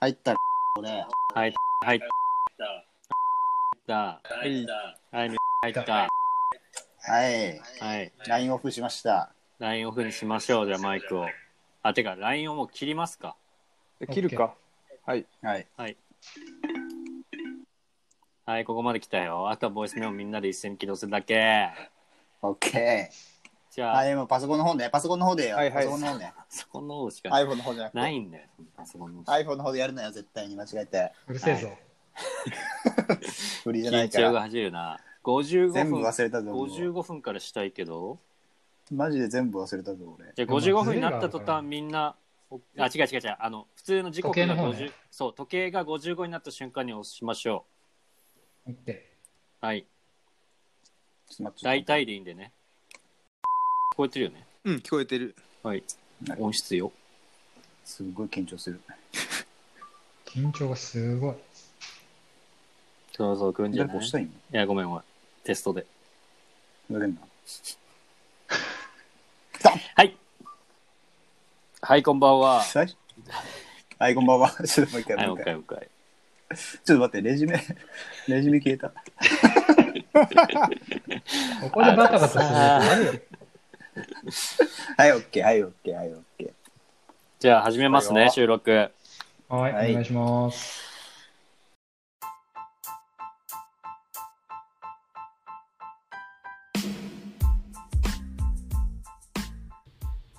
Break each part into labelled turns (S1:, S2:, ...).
S1: 入ったら俺
S2: はい、はい、だ、
S1: はい
S2: はい、入った。
S1: はい
S2: はい、
S1: LINE オフしました
S2: ラインオフにしましょう、じゃあマイクを。あ、てか、ラインをもう切りますか。
S3: 切るか。はい。
S1: はい
S2: はい、ここまで来たよ。あとはボイスメモみんなで一斉に起動するだけ。
S1: OK
S2: じゃあ、
S1: はいもうパソコンの方ねパソコンの方でよ、
S3: はいはい
S1: パソコンの方ね
S2: そこの方しか
S1: iPhone の方じゃなくて
S2: ないんだよ、パソコンの。
S1: iPhone の方でやるなよ絶対に間違えて
S4: うるせえぞ。
S1: 無理じゃな
S2: 緊
S1: いか
S2: 張が
S1: ら
S2: 走るな。55
S1: 全部
S2: 分、
S1: 忘れたぞもう
S2: 55分からしたいけど、
S1: マジで全部忘れたぞ俺
S2: じゃあ
S4: でも
S2: 55分になった途
S4: ズレがあるから
S2: 端みんな、あ、違う違う違う、あの、普通の時刻が
S4: 時計の方
S2: 50、
S4: ね
S2: そう、時計が55になった瞬間に押しましょ
S4: 行って。
S2: う。はい。
S1: ちょっと待って
S2: 大体でいいんでね。聞こえてるよね。
S3: うん、聞こえてる。
S2: はい
S1: は。い
S2: 音質よ。
S1: すごい緊張する
S4: 緊張がすごい。
S2: そうそう、来るんじゃ
S1: 誰
S2: な
S1: か
S2: い
S1: 押したいの
S2: いや、ごめんごめん。テストで。
S1: ふざけんな
S2: はい。はい、こんばんは。
S1: 最初はいこんばんは ちょっともう一回
S2: はい、
S1: もう
S2: もう
S1: 一
S2: 一
S1: 回
S2: 回、もう一回。
S1: ちょっと待ってレジュメレジュメ消えた
S4: ここでバタバタするやつあるよ。
S1: はい OK はい OK はい OK
S2: じゃあ、始めます
S1: はい
S2: ね、
S1: よ
S2: 収録。
S4: はい、
S1: はい
S4: お願いします。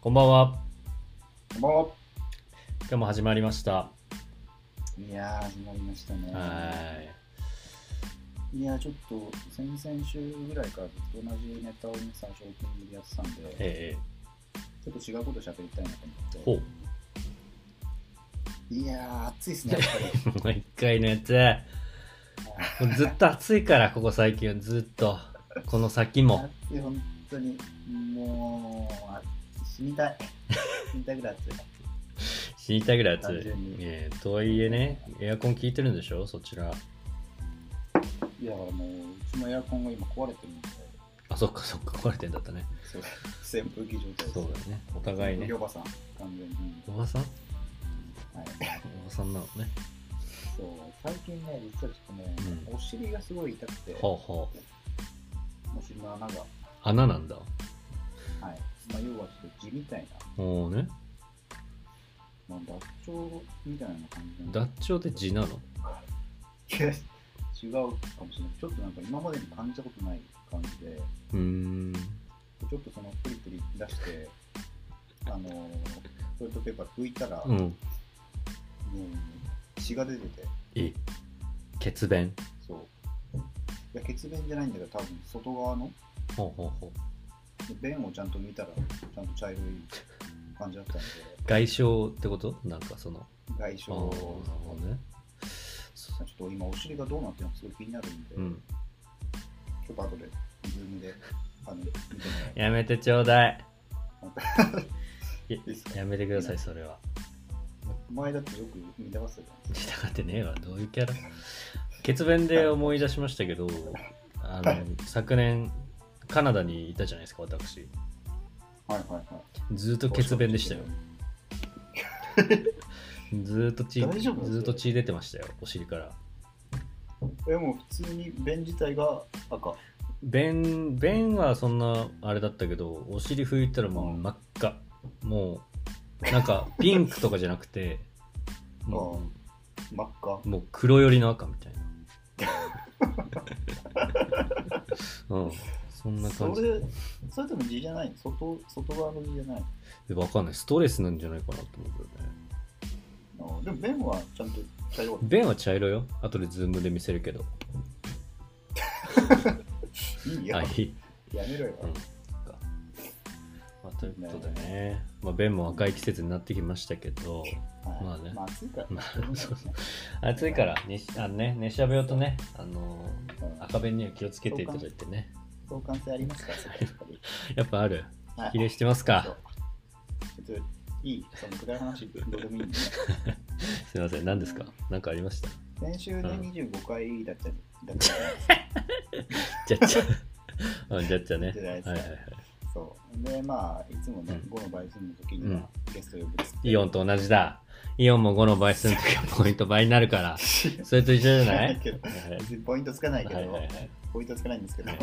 S2: こんばんは。
S1: も
S2: 今日も始まりました。
S1: ういやー始まりましたね
S2: はい。
S1: いや、ちょっと先々週ぐらいからずっと同じネタをね、最初オープニングでやってたんで、
S2: ええ
S1: ちょっと違うこと喋りたいなと
S2: ほ
S1: 思っ
S2: う。
S1: て。いやー、暑いですね、やっ ぱり。
S2: もう一回のやつ。もうずっと暑いから、ここ最近はずっと。この先も。
S1: 暑い、本当に。もう、あ死にたい。死にたいぐらい暑い。
S2: 死にたいぐらい暑い
S1: 単純に。
S2: ええとはいえね、エアコン効いてるんでしょそちら。
S1: いや、だからもう、うちのエアコンが今壊れてるんで、
S2: あ、そっかそっか、壊れてんだったね。
S1: そう扇風機状態です。
S2: そうだよね。お互いね
S1: ヨ。バさん、完全に。
S2: おばさん
S1: はい、
S2: おばさんなのね。
S1: そう最近ね、実はちょっとね、お尻がすごい痛くて、
S2: ほうほう。
S1: お尻の穴が、はい
S2: 穴なんだ。
S1: まあ、要はちょっと地みたいな。
S2: おおね。
S1: まあ、脱腸みたいな感じなん
S2: 脱
S1: だ
S2: 腸って地なの
S1: いや違うかもしれない。ちょっとなんか今までに感じたことない感じで、
S2: うーん。
S1: ちょっとそのプリプリ出して、あのー、トイレットペーパー拭いたら、
S2: う。
S1: もうん血が出てて、
S2: え血便。
S1: そう。いや、血便じゃないんだけど、多分外側の
S2: ほうほうほう。
S1: で便をちゃんと見たら、ちゃんと茶色い感じだったんで、
S2: 外傷ってことなんかその。
S1: 外傷
S2: ああ、なるほどね。
S1: ちょっと今お尻がどうなってるのかすごい気になるんで、
S2: うん。
S1: ちょっと後で、ズームで、あの、見てもらえ
S2: やめてちょうだ い。い
S1: いいっすか
S2: やめてください、それは。
S1: 前だってよく見たかったじゃん。
S2: 従ってねえわ、どういうキャラ血便で思い出しましたけど、あの、昨年、カナダにいたじゃないですか、私。
S1: はいはいはい。
S2: ずーっと血便でしたよ。ずーっと血、ず
S1: 大丈夫
S2: ーっと血出てましたよ、お尻から。
S1: え、もう普通に便自体が赤。
S2: 便、便はそんなあれだったけど、お尻拭いたらもう真っ赤。もう、なんかピンクとかじゃな くて、も
S1: 真っ赤
S2: う、。もう黒寄りの赤みたい な。うん、そんな
S1: そ
S2: 感じ。
S1: れ、それとも字じゃないの外外側の字じゃない
S2: でわかんない。ストレスなんじゃないかなと思うけどね。
S1: のあでも便はちゃんと茶色かっ
S2: 便は茶色よ。後でズームで見せるけど。
S1: た。いいや、
S2: はい。
S1: やめろよ。
S2: うんまあ、ということでね、まあ、便も赤い季節になってきましたけど、
S1: はい
S2: まあね
S1: まあ暑いから。
S2: まあそうそ
S1: ね
S2: う暑いから、ね、あのね、熱射病とね、あの
S1: うん
S2: 赤弁には気をつけていただいてね。
S1: 相関性ありますから、そこやっぱり
S2: やっぱある。
S1: はい
S2: 比例してますか。
S1: ちょっといい、そのくだらない話、どうでもいいんで。
S2: すいません、何ですか何かありました
S1: 先週で25回だったり、だったり
S2: じゃっちゃ。うん、じゃっちゃね。
S1: じゃないですか
S2: はいはいはい。
S1: そう。で、まあ、いつもね
S2: う、ん
S1: 5の倍数の時にはゲスト呼ぶです、
S2: イオ ンと同じだ。イオンも5の倍数の時はポイント倍になるから、それと一緒 じゃない
S1: けど別にポイントつかないけど、
S2: はいはいはい。
S1: ポイントつかないんですけど、
S2: はい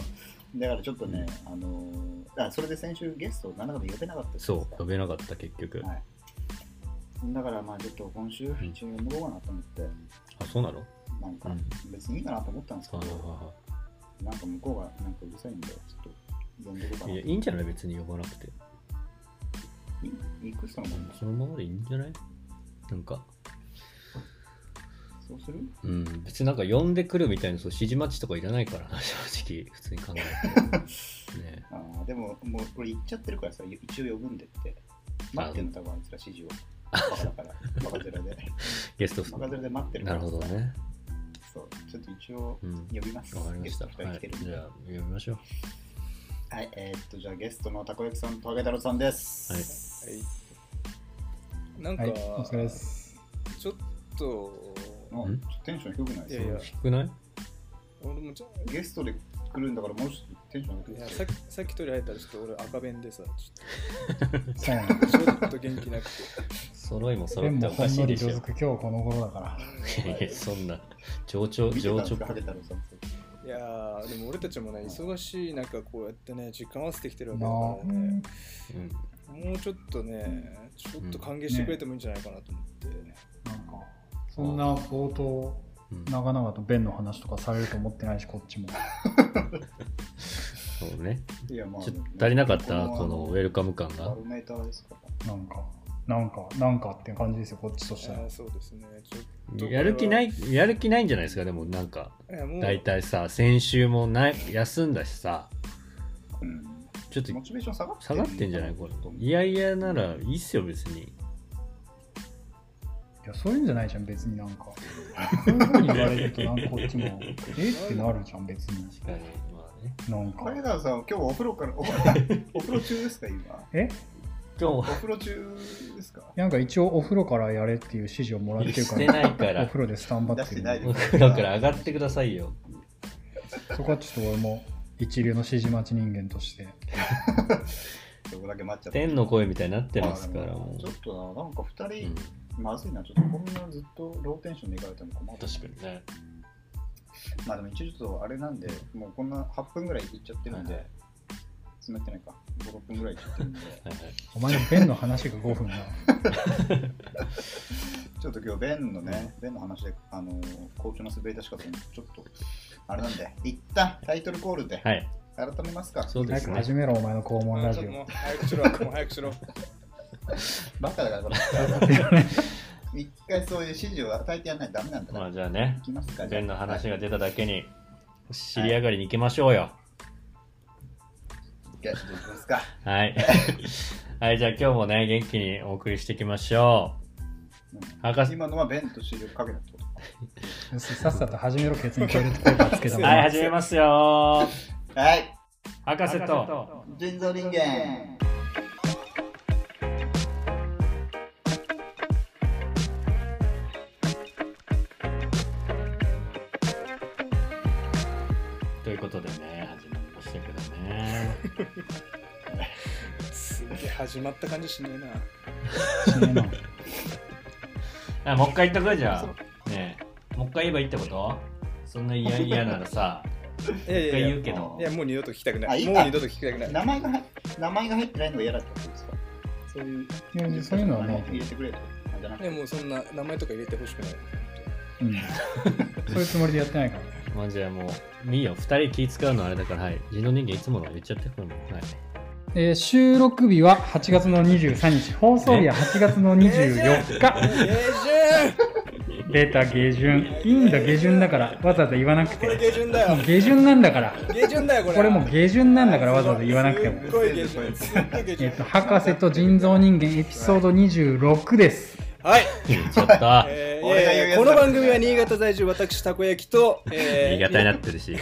S1: だからちょっとね、あのーあそれで先週ゲストを何らかで呼べなかったじゃ
S2: そ
S1: ないうです、か
S2: 呼べなかった結局。
S1: はい。だからまあちょっと今週、
S2: ん
S1: 一応呼んでこうかなと思って、
S2: あ、そうなの
S1: なんか
S2: うん
S1: 別にいいかなと思ったんですけ
S2: あ
S1: ど、なんか向こうがなんかうるさいんで、ちょっと呼んでこうか
S2: い
S1: な
S2: や、いいんじゃない別に呼ばなくて。
S1: いいくつかもんだ
S2: そのままでいいんじゃないなんか、
S1: そうする
S2: うん、別になんか呼んでくるみたいな、そう指示待ちとかいらないからな、 正直、普通に考えて。ね
S1: ああ、でももうこれ言っちゃってるからさ、一応呼ぶんでって。待ってんの多分あいつら指示を。バカだ から、バカゼラで。
S2: ゲスト
S1: バカゼラで待ってるか
S2: な
S1: ら
S2: る
S1: さ
S2: ほど。ね。
S1: そう、ちょっと一応
S2: うん。
S1: 呼びます。
S2: わかりま
S1: ゲ
S2: し
S1: ス
S2: た。
S1: ト
S2: は
S1: 2人来て
S2: い。
S1: るん
S2: じ
S1: で。
S2: ゃあ、呼びましょう。
S1: はい、えーっと、じゃあゲストのたこ焼きさんとあげ太郎さんです。
S2: はい
S3: なんか、
S4: はい、お疲れです。
S3: ちょっと、
S1: もうちょっとテンション低くない
S3: いやいや
S2: 少ない
S5: 俺もちょ
S1: ゲストで来るんだからもうちょっとテンション上
S5: い
S1: げ
S5: や
S1: て
S5: さっきさっき取り入ったらちょっと俺赤弁でさち
S4: そうなんです。
S5: ょっとちょっと元気なく
S2: 揃いも揃
S4: で
S2: って
S4: も
S2: お
S4: ほ
S2: か
S4: ん
S2: し
S4: の
S2: い
S4: り
S2: でし
S4: 色
S2: ょ。
S4: づく今日この頃だから。
S2: いやいやそんな、情緒、
S1: 見てた
S2: 情
S1: んです
S2: 緒
S1: か、ハゲ太郎さん。
S5: ていやーでも俺たちもね忙しい中こうやってね時間合わせてきてるわけだ
S4: な
S5: からね
S2: うん
S5: もうちょっとねちょっと歓迎してくれてもいいんじゃないかなと思って、
S4: あなんか、そんな冒頭、
S2: うん
S4: 長々と弁の話とかされると思ってないし、こっちも。
S2: そうね。
S1: いや、まあ、
S2: ちょっと足りなかった、
S1: こ
S2: このウェルカム感
S1: バ
S2: が
S1: ロ。メーターですから。
S4: なんか、なんか、なんかっていう感じですよ、こっちとした
S5: あ
S4: ら
S5: ー。そうですねちょっと
S2: やる気ないい、やる気ないんじゃないですか、でもなんか、
S5: やもう
S2: 大体さ、先週もない休んだしさ、
S1: うん
S2: ちょっと
S1: モチベーション下がって
S2: 下がってんじゃないこれ。い
S1: や、
S2: やいやならいいっすよ、別に。
S4: いや、そういうんじゃないじゃん、別になんか。そういうふうに言われると、なんかこっちも、 えってなるじゃん、別に。
S2: 確かに、まあね。
S4: なん
S1: ハ
S4: か
S1: ゲ。太郎さん、今日お風呂から、 おお風呂中ですか、今。
S4: え
S2: 今
S1: お
S2: 日
S1: 風呂中ですか
S4: なんか一応お風呂からやれっていう指示をもらってる
S2: し
S4: か
S2: て
S4: ら、
S2: ないか
S4: お
S2: ら、
S4: 風呂でスタンバって
S1: 出してない
S4: る
S1: で。
S2: だから上がってくださいよ。
S4: そこはちょっと俺も一流の指示待ち人間として。
S1: そこだけ待っちゃった。
S2: 天の声みたいになってますから、も
S1: ちょっとな、なんか二
S2: う。
S1: 人
S2: うん、
S1: まずいな、ちょっとこんなずっとローテンションでいかれても困る。
S2: 確かにね。
S1: まあでも一応ちょっとあれなんで、もうこんな8分ぐらいいっちゃってるん
S2: は
S1: で
S2: い、
S1: 詰めてないか、5、6分ぐらいいっちゃってるん で、
S2: はいはい
S4: お前の弁の話が5分だ。
S1: ちょっと今日、ベンのね、ベンの話で、あのー、好調の滑り出し方もちょっと、あれなんで、一旦タイトルコールで
S2: はい、
S1: 改めますか。
S2: そうで
S4: 早
S2: す
S4: く
S2: ね。
S4: 始めろ、お前の肛門
S5: あ
S4: ラ
S5: ちょっ
S4: ジ
S5: とも
S4: オ。
S5: う早くしろもう早くしろ
S1: バカだ から、これ。一回そういう指示を与えてやらないとダメなんだか
S2: ま
S1: ら。
S2: あじゃあね
S1: い、きますか、じゃあ
S2: 弁の話が出ただけに、知り上がりに行きましょうよ。
S1: 一回、どうですか。
S2: はい。 はい、じゃあ今日もね、元気にお送りしていきましょ
S1: うん
S2: う。博士、
S1: 今のはベンと指示をかけたってこと
S4: さっさと始めろ、ケツにトイレットペーパーつけたもん
S2: はい、始めますよ。
S1: はい、
S2: 博士と、
S1: 人造人間。
S2: ということでね、始まりましたけどね。
S5: すげえ始まった感じしねえな
S4: 死ねえな
S2: あもう一回言っとくじゃあ。ねえ、もう一回言えばいいってことそんな嫌嫌ならさ、
S5: いやい
S2: 一
S5: や
S2: 回
S5: いや
S2: 言うけど
S5: い。やもう二度と聞きたく
S1: あ
S5: な
S1: い
S5: いい
S1: い
S5: も
S1: か
S5: う二度と聞きたくない
S1: 名前が入名前が入ってないのが嫌だったってことですかそういう
S4: いやそういうの はないけ
S1: 入
S4: ど
S1: れてくれとあじゃなく
S5: い
S1: て
S5: やもうそんな名前とか入れてほしくない。
S4: うんそういうつもりでやってないから。
S2: まあじゃあもう、いいよ。二人気使うのあれだから、はい。人の人間いつもの言っちゃってくるの。はい。
S4: えー収録日は8月の23日、放送日は8月の24日。
S5: 下旬
S4: 出た下旬いいんだ下旬だからわざわざ言わなくて
S5: これ下旬だよ
S4: もう下旬なんだから
S5: 下旬だよこれ
S4: これもう下旬なんだからわざわざ言わなくて
S5: す
S4: も
S5: っごい下旬すっごい下
S4: え
S5: 旬
S4: っと博士と人造人間エピソード26です
S5: はい、
S2: 言っちゃ った。
S5: え
S1: 俺が言う
S5: ー、
S1: やつだ
S5: この番組は新潟在住私たこ焼きと、え
S2: 言い方になってるし。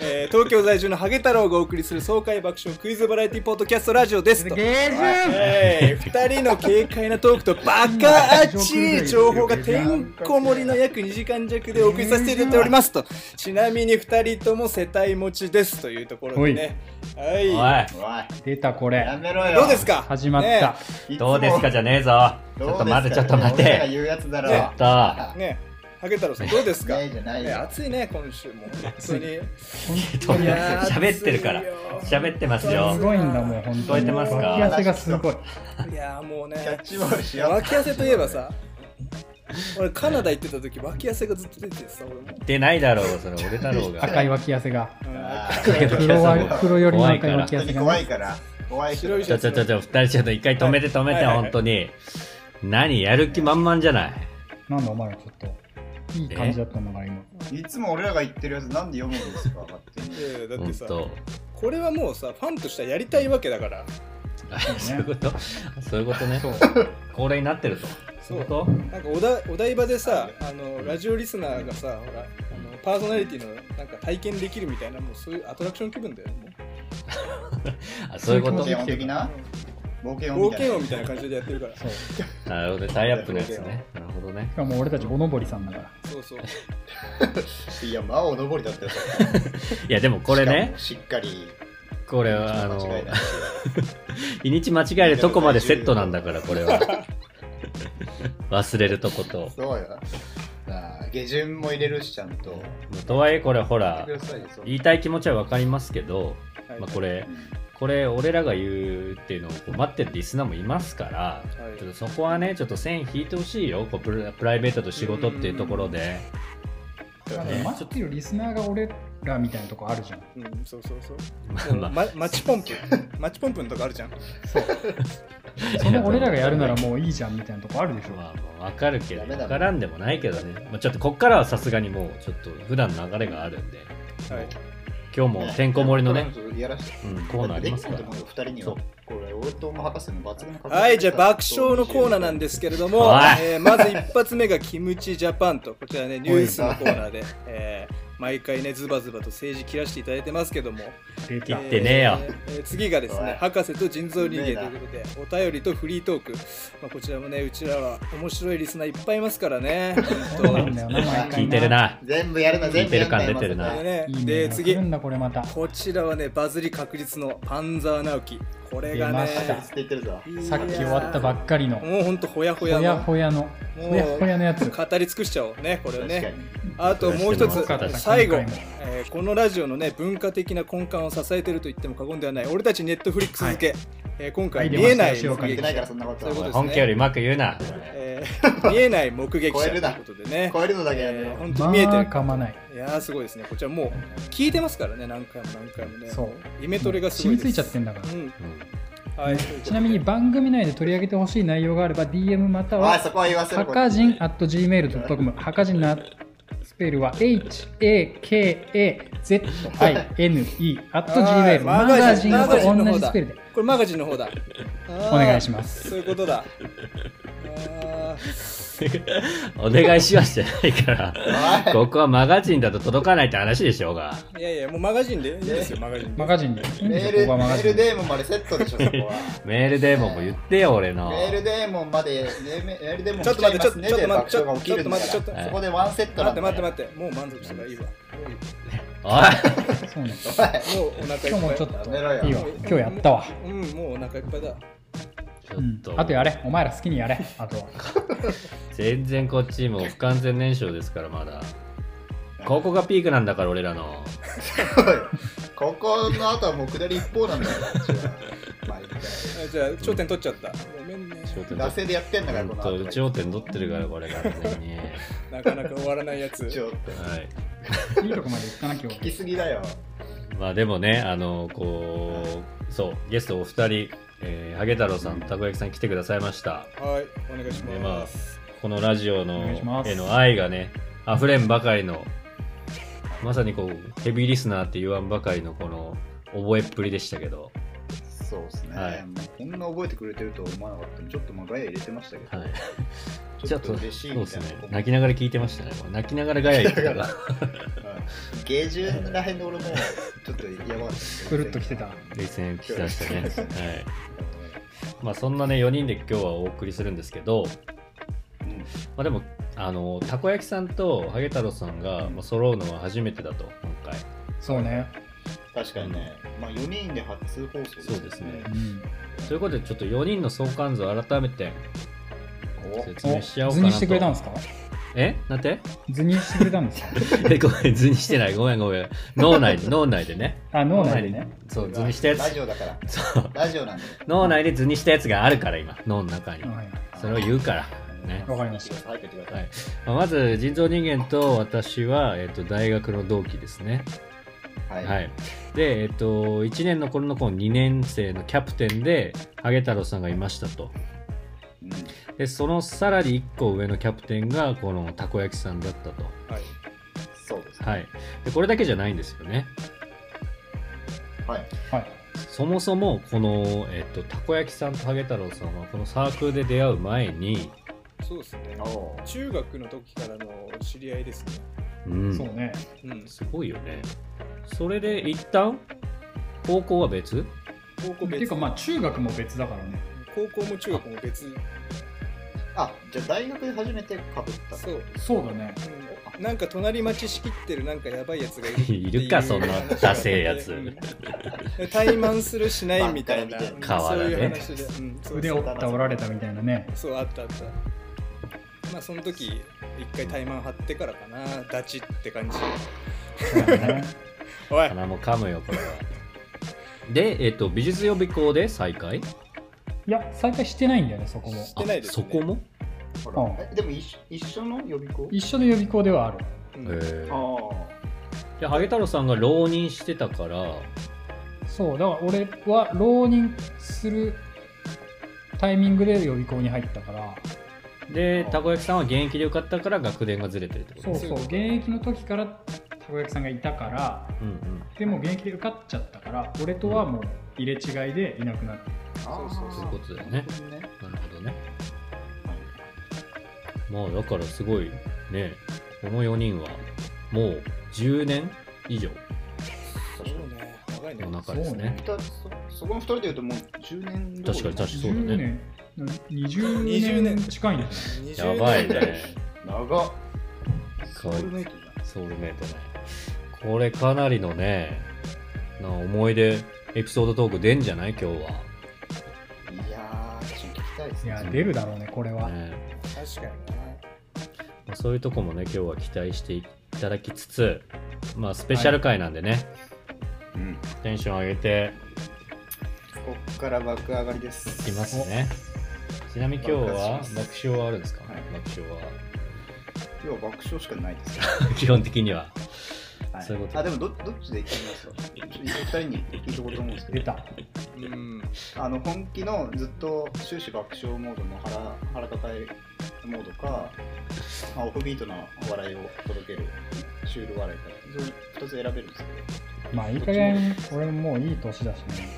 S5: えー東京在住のハゲ太郎がお送りする爽快爆笑クイズバラエティポッドキャストラジオですと。
S4: 芸術
S5: えー、2人の軽快なトークとバカあっちい情報がてんこ盛りの約2時間弱でお送りさせていただいておりますとちなみに2人とも世帯持ちですというところでねはい、
S2: お
S1: おい
S4: 出たこ
S1: や
S4: れ
S1: めろよ
S5: どうですか
S4: 始まっ
S5: ね
S4: た
S1: い
S2: い
S1: つも
S2: どうですかじゃねえぞちょっと待てちょっと待
S1: どうですか俺らが
S2: て
S1: 言うやつだろ
S5: ね
S2: ちょっと
S5: えねえハゲ太郎さんどうですか、
S1: ねえ
S5: ね
S1: じゃない
S5: え、
S1: よ
S5: 暑いね今週も本当に
S2: いやー喋ってるから
S5: 暑いよ
S2: 喋ってます
S4: す
S2: よ
S4: ごいんだもう本
S2: 聞
S4: 当
S2: こえ
S4: に
S2: てますか
S4: 脇汗がすごい
S5: いやーもう
S1: キャ
S5: ね
S1: ッチボールしよう
S5: 脇汗といえばさ俺カナダ行ってた時脇汗がずっと出ててさ俺も、
S2: 出ないだろうそれ俺だろうが
S4: 赤い脇汗が
S5: うん
S1: あー
S2: 黒い
S4: 黒は黒よりの赤い脇
S1: 本当
S4: 汗
S1: に
S4: が
S1: 怖いから怖い人だ
S5: 白い
S2: ちょちょちょちょ二人ちょっと一回止めて止め
S5: はい
S2: て
S5: はいはい
S2: 本当に何やる気満々じゃない
S4: なんだお前らちょっといい感じだったんだから今
S1: いつも俺らが言ってるやつなんで読むんですか勝手に
S5: いやいやだって
S2: 本
S5: さ
S2: 当
S5: これはもうさファンとしてはやりたいわけだから
S2: あ そういうことそういうことね
S4: そう
S2: 恒例になってるとそういうこと
S5: なんかおだお台場でさあのラジオリスナーがさほらあのパーソナリティのなんか体験できるみたいなもうそういうアトラクション気分だよも
S2: あそういうこ
S1: 冒
S2: と
S1: 険王的な冒険
S5: う
S1: 王
S5: 冒
S1: みたい
S5: 険
S1: な
S5: 王みたいな感じでやってるから
S4: そう
S2: なるほどねタイアップのやつねなるほどね
S4: しかも俺たちおのぼりさんだから
S5: そうそう
S1: いや魔王登りだったよ
S2: いやでもこれね
S1: しかもしっか
S2: これ
S1: り
S2: はあ
S1: 間違いない
S2: の
S1: し
S2: 日にち間違えるとこまでセットなんだからこれは忘れるとこと
S1: そうよさあ下旬も入れるしちゃんと
S2: とはいえこれほ
S1: やっ
S2: ら
S1: てくださいよそう
S2: 言いたい気持ちは分かりますけど、
S5: はい
S2: まあ、これ
S1: うん
S2: これ俺らが言うっていうのをこう待ってるリスナーもいますから、
S5: はい
S2: ちょっとそこはねちょっと線引いてほしいよこうプラプライベートと仕事っていうところで
S1: そう
S4: た
S1: ね
S4: だ待ってるリスナーが俺らみたいなとこあるじゃん
S5: うんそうそう そう
S2: まあ
S5: まマッチ ポンプマッチポンプのとこあるじゃん
S4: その俺らがやるならもういいじゃんみたいなとこあるでしょ
S2: まあまあ分かるけど
S1: ダメだね
S2: 分からんでもないけどね、まあ、ちょっとこっからはさすがにもうちょっと普段の流れがあるんで
S5: はい
S2: 今日もてんこ盛りのね、
S1: やらせて
S2: うん、コーナーありますから
S1: だってできないと思うよ二人には
S2: そ
S1: これ俺とも博士の抜群の
S5: はい、じゃあ爆笑のコーナーなん
S1: で
S5: ですけれども
S2: おい、
S5: えーまず一発目がキムチジャパンと、こちらね、ニュースのコーナーで、えー毎回ね、ズバズバと政治切らしていただいてますけども、
S4: 出
S2: 切
S4: た
S2: ってねえよ
S5: えーえー次がです
S1: おい
S5: ね、博士と人造人間ということで、お便りとフリートーク、まあ、こちらもね、うちらは面白いリスナーいっぱいいますからね、
S4: そうなん
S5: 本
S4: だよな毎回
S2: 聞いてるな
S1: 全部やるな
S2: 聞
S1: 全
S2: い
S1: 部
S2: て
S1: や
S2: る
S1: るな
S2: 感出て る
S5: 当。
S2: な
S5: でね
S4: いいね
S5: で、次
S4: 来る、んだこれまた
S5: こちらはね、バズり確率のパンザー直樹。これが
S4: 出ま
S5: ね
S4: し、
S1: 博士って言ってるぞ
S4: さっき終わったばっかりの
S5: もうほんとほやほ
S4: ほ
S5: やの
S4: やほやの
S5: もう
S4: ほやほやのやつ
S5: 語り尽くしちゃおうね、これを
S1: 確
S5: ね
S1: か。に
S5: あともう一つ
S2: 確かに
S5: 最後
S4: 今回も、
S5: えーこのラジオのね文化的な根幹を支えてると言っても過言ではない俺たちネットフリックス付け、えー今回
S4: はい
S5: 見えない
S4: 出ました
S5: 目
S1: 言って
S5: 撃者、
S1: ないからそんなこと
S5: そういうことですね
S2: 本家よりうまく言うな
S5: えー 見えない目撃
S1: 超
S5: 者
S1: え
S5: とい
S1: るな
S5: うことでね、
S1: 超えるのだけやめ
S5: え
S1: ろ
S5: ー、本当
S4: ま
S5: に
S4: あ
S5: 見えてる、
S4: 噛まない
S5: いやーすごいですねこちらもう聞いてますからね何回も何回もね
S4: そう
S5: イメトレがす
S4: 染
S5: ごい
S4: み
S5: です
S4: ついちゃってんだから
S5: うん
S2: うん
S5: はい、
S4: ちなみに番組内で取り上げてほしい内容があれば DM また
S1: おい
S4: は
S1: そこは言わせ
S4: ハ
S1: ろ
S4: カジン at gmail.com ハカジンなスペルは HAKAZINE at
S5: はい
S4: gmail マガジン
S5: マガジン
S4: と
S5: の
S4: 同
S5: 方
S4: じ
S5: だ
S4: スペルで
S5: これマガジンの方だ
S4: お
S5: お
S4: 願いします
S5: そういうことだあー
S2: お願いしますじゃないから
S1: おい
S2: ここはマガジンだと届かないって話でしょうが
S5: いやいやもうマガジンでいいですよマガジンで
S4: マガジンでいいんで
S1: メ
S4: す
S1: ー
S4: よ
S1: ル
S4: ここは
S1: メ
S4: マガ
S1: ー
S4: ジ
S1: ル
S4: ンで
S1: デーモンまでセットでしょそこは
S2: メールデーモンも言ってよ俺の
S1: メールデーモンまでメメールデーモン
S5: ちょっと待って
S1: 来ゃいます
S5: ちょっ
S1: ね
S5: と待ってちょっ
S1: で
S5: と
S1: 爆笑が起きるんだから
S5: ちょっと
S2: 待って
S5: 待ってちょっと
S1: そこでワンセット
S5: 待
S1: な
S5: っ
S1: ん
S5: て
S1: だ
S5: 待って待ってもう満足したからいいわ
S2: おい
S4: そうね
S5: もうお腹いっぱい
S4: 今日もちょっ
S1: や
S4: と
S1: めろよ
S4: いいわ今日やったわ
S5: うんもうお腹いっぱいだ
S2: ちょ
S4: う
S2: っ
S4: ん
S2: と、
S4: あとやれお前ら好きにやれあとは
S2: 全然こっちも不完全燃焼ですからまだここがピークなんだから俺らの
S1: ここの後はもう下り一方なんだからこっちはまあ一回
S5: あじゃあ頂点取っちゃったごめんね
S2: 頂点
S1: 惰性でやってんだからこの後
S2: と内頂点取ってるからこれ完全に、
S5: なかなか終わらないやつ
S1: ちょっと
S2: はい、
S4: いいとこまで行ったな今
S1: 聞き
S4: 日
S1: すぎだよ
S2: まあでもねあのこうそうゲストお二人、えー、ハゲ太郎さんたこ焼きさん来てくださいました
S5: はいお願いし
S2: でま
S5: ま
S2: あ
S5: す
S2: このラジオ
S4: お
S2: の
S4: 願いします
S2: への愛がね溢れんばかりのまさにこうヘビーリスナーって言わんばかりのこの覚えっぷりでしたけど
S1: そうですね、
S2: はい
S1: もうこんな覚えてくれてるとは思わなかったんでちょっとまあガヤ入れてましたけど、
S2: はい。
S1: ちょっと嬉しい
S2: そうで
S1: みた
S2: す
S1: いな
S2: ね。泣きながら聞いてましたね。泣きながらガヤ行ってたか
S1: う
S2: ら。
S1: ん下旬らへんで俺もちょっとやばかったんですけ
S4: く
S1: ど
S4: るっと来てた。
S2: 冷静に聞き出したね。はい。
S1: う
S2: まあそんなね、4人で今日はお送りするんですけ
S1: ん
S2: ど、まあでも、あの、たこ焼きさんとハゲ太郎さんがまあ揃うのは初めてだと、今回。
S4: そうね。
S1: 確かにね、まあ、4人で初放送
S2: そうですね
S4: うん。
S2: ということで、ちょっと4人の相関図を改めて
S1: お
S2: 説明し合お
S4: お
S2: うか
S4: 図
S2: な
S4: に
S2: と。
S4: してくれたんですか
S2: えなんて
S4: 図にしてくれたんですか
S2: え、ごめん、図にしてない。ごめん、ごめん。脳内で、脳内でね。
S4: あ、脳内でね。
S2: そう、図にしたや
S1: ラ
S2: つ。
S1: ジオだから
S2: そう。
S1: ラジオなんで。
S2: 脳内で図にしたやつがあるから、今、脳の中に
S4: う。んはい
S2: それを言うから。ね。
S4: わかりました
S1: はい、言ってください。
S2: はい、まあまず人造人間と私は、えっと大学の同期ですね、
S1: は。
S2: はいいで、えっと1年の頃のこの2年生のキャプテンでハゲ太郎さんがいましたと
S1: うん
S2: でそのさらに1個上のキャプテンがこのたこ焼きさんだったと、
S3: はい。
S1: そうです。
S2: はい、でこれだけじゃないんですよね
S1: はい。
S4: はい。
S2: そもそもこの、えっとたこ焼きさんとハゲ太郎さんはこのサークルで出会う前に、
S3: そうですね
S1: お。おー。
S3: 中学の時からの知り合いですね。
S2: うん、
S4: そうね。
S3: うん。
S2: すごいよねそれで一旦高校は別
S3: 高校
S4: って
S3: 別
S4: いうか、まあ、中学も別だからね。
S3: 高校も中学も別。
S1: あ、じゃあ大学で初めてかぶった。
S3: そう。
S4: そうだね。
S3: うんなんか隣町仕切ってるなんかやばいやつがいるっていう。
S2: いるかそんなダセえやつ
S3: うん怠慢するしないみたいな。
S1: ばっ
S2: かり
S3: うん
S2: み
S3: そう
S2: た
S3: い話で。
S2: いうな
S3: うん。そう
S4: 腕
S3: そ
S4: 折
S3: う
S4: った、折られたみたいなね。
S3: そうあったあったまあその時一回タイマン張ってからかなダチって感じ
S4: そうだね。
S3: おい
S2: 鼻も噛むよこれはで、えっと美術予備校で再開
S4: いや、再開してないんだよね、そこも。
S3: てないですね
S2: あそこも、
S1: ほら
S4: うん
S1: えでも一緒一緒の予備校
S4: 一緒の予備校ではある。
S3: う
S2: へ
S3: ん
S2: え
S1: あ
S2: じゃあハゲ太郎さんが浪人してたから
S4: そう、だから俺は浪人するタイミングで予備校に入ったから、
S2: で
S1: あ
S2: たこ焼きさんは現役で受かったから学年がずれてるってこと
S4: そうそう、現役の時からたこ焼きさんがいたから、
S2: うんうん
S4: でも現役で受かっちゃったから、俺とはもう入れ違いでいなくなって、
S1: あ。
S3: そうそうそう
S2: いうことだよね
S1: なるほどね
S2: なるほどね
S1: はい
S2: まあだからすごいねこの4人はもう10年以上
S3: そうね長いね
S2: の中ですね
S1: 二人そそこの二人で言うともう10年どころ
S2: 確かに確かにそうだ
S4: 10
S2: ね
S4: 年、20
S3: 20
S4: 年
S3: 年
S4: 近いんだよね。
S2: やばいね
S1: 長っ
S2: かわいい
S1: ソウルメイトじ
S2: ソウルメイトねこれかなりのねな思い出エピソードトーク出んじゃない今日は
S1: ゃんいやー、ちょっと聞きたいです
S4: い
S1: ね。
S4: や、出るだろうね、これは。
S2: ね
S3: 確かにね
S2: まあ、そういうとこもね今日は期待していただきつつ、まあ、スペシャル回なんでね、
S1: うんこ
S2: テンション上げて
S1: っから爆上がりです。
S2: いきますねちなみに今日は
S1: 爆笑しま
S2: 爆笑はあるんですか、
S1: はい
S2: 爆笑は
S1: 今日は爆笑しかないです。
S2: 基本的には
S1: はい
S2: そういうこと
S1: あ、でもどどっちで行きます かちょっと二人に聞いとこうと思うんですけ
S4: 出
S1: ど、
S4: た。
S3: うん
S1: あの本気のずっと終始爆笑モードの腹腹抱えモードか、まあ、オフビートな笑いを届けるシュール笑いか、その2つ選べるんです
S4: まあ、いい加減、俺ももういい年だしね。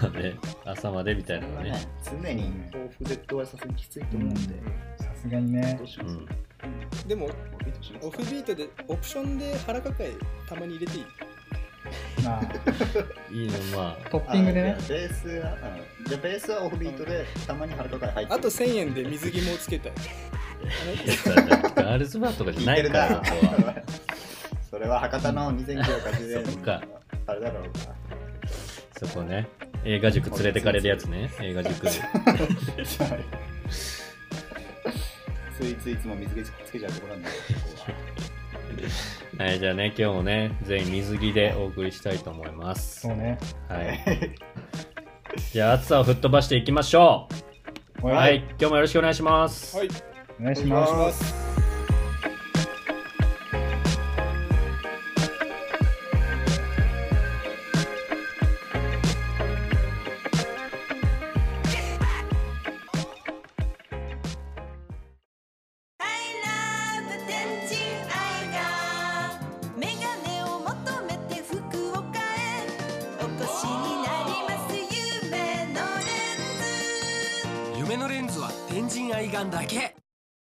S2: そうね朝までみ
S1: け
S2: たいな
S1: ど、
S2: の
S1: ね
S2: ね、
S1: 常に抱負絶対はさすがにきついと思うんで、
S4: さすがにね
S1: どう。し
S2: う
S1: ます、
S2: ん
S3: でも
S1: オフビートしま
S3: オ
S1: す
S3: フビートでオプションで腹抱えたまに入れていい
S4: まあ、
S2: いいのまあ
S4: トッピングでね
S1: あ。じゃあベースは、あじゃあベースはオフビートで、たまに腹抱え入って
S3: あと1000円で水着もつけたい
S2: いやそれ だってガールズバーとかじゃ
S1: 聞
S2: ないい
S1: て
S2: か
S1: る
S2: ら
S1: な
S2: ここは。
S1: それは博多の2000キロか10
S2: そ
S1: 円
S2: うか
S1: あれだ ろうか。
S2: そこね映画塾連れてかれるやつね映 画塾
S1: ついついいつも水着つけちゃうところなんだけ
S2: はい、じゃあね、今日もね、全員水着でお送りしたいと思います。
S4: そうね。
S2: はい。じゃあ、暑さを吹っ飛ばしていきましょう。はい、今日もよろしくお願いします。
S3: はい
S4: お願いし
S1: お願
S4: ま
S1: い
S4: す
S1: し。ます
S6: 「アイラブ天神アイラ」「メガネを求めて服を変え」「お越しになります夢
S7: 海岸だけ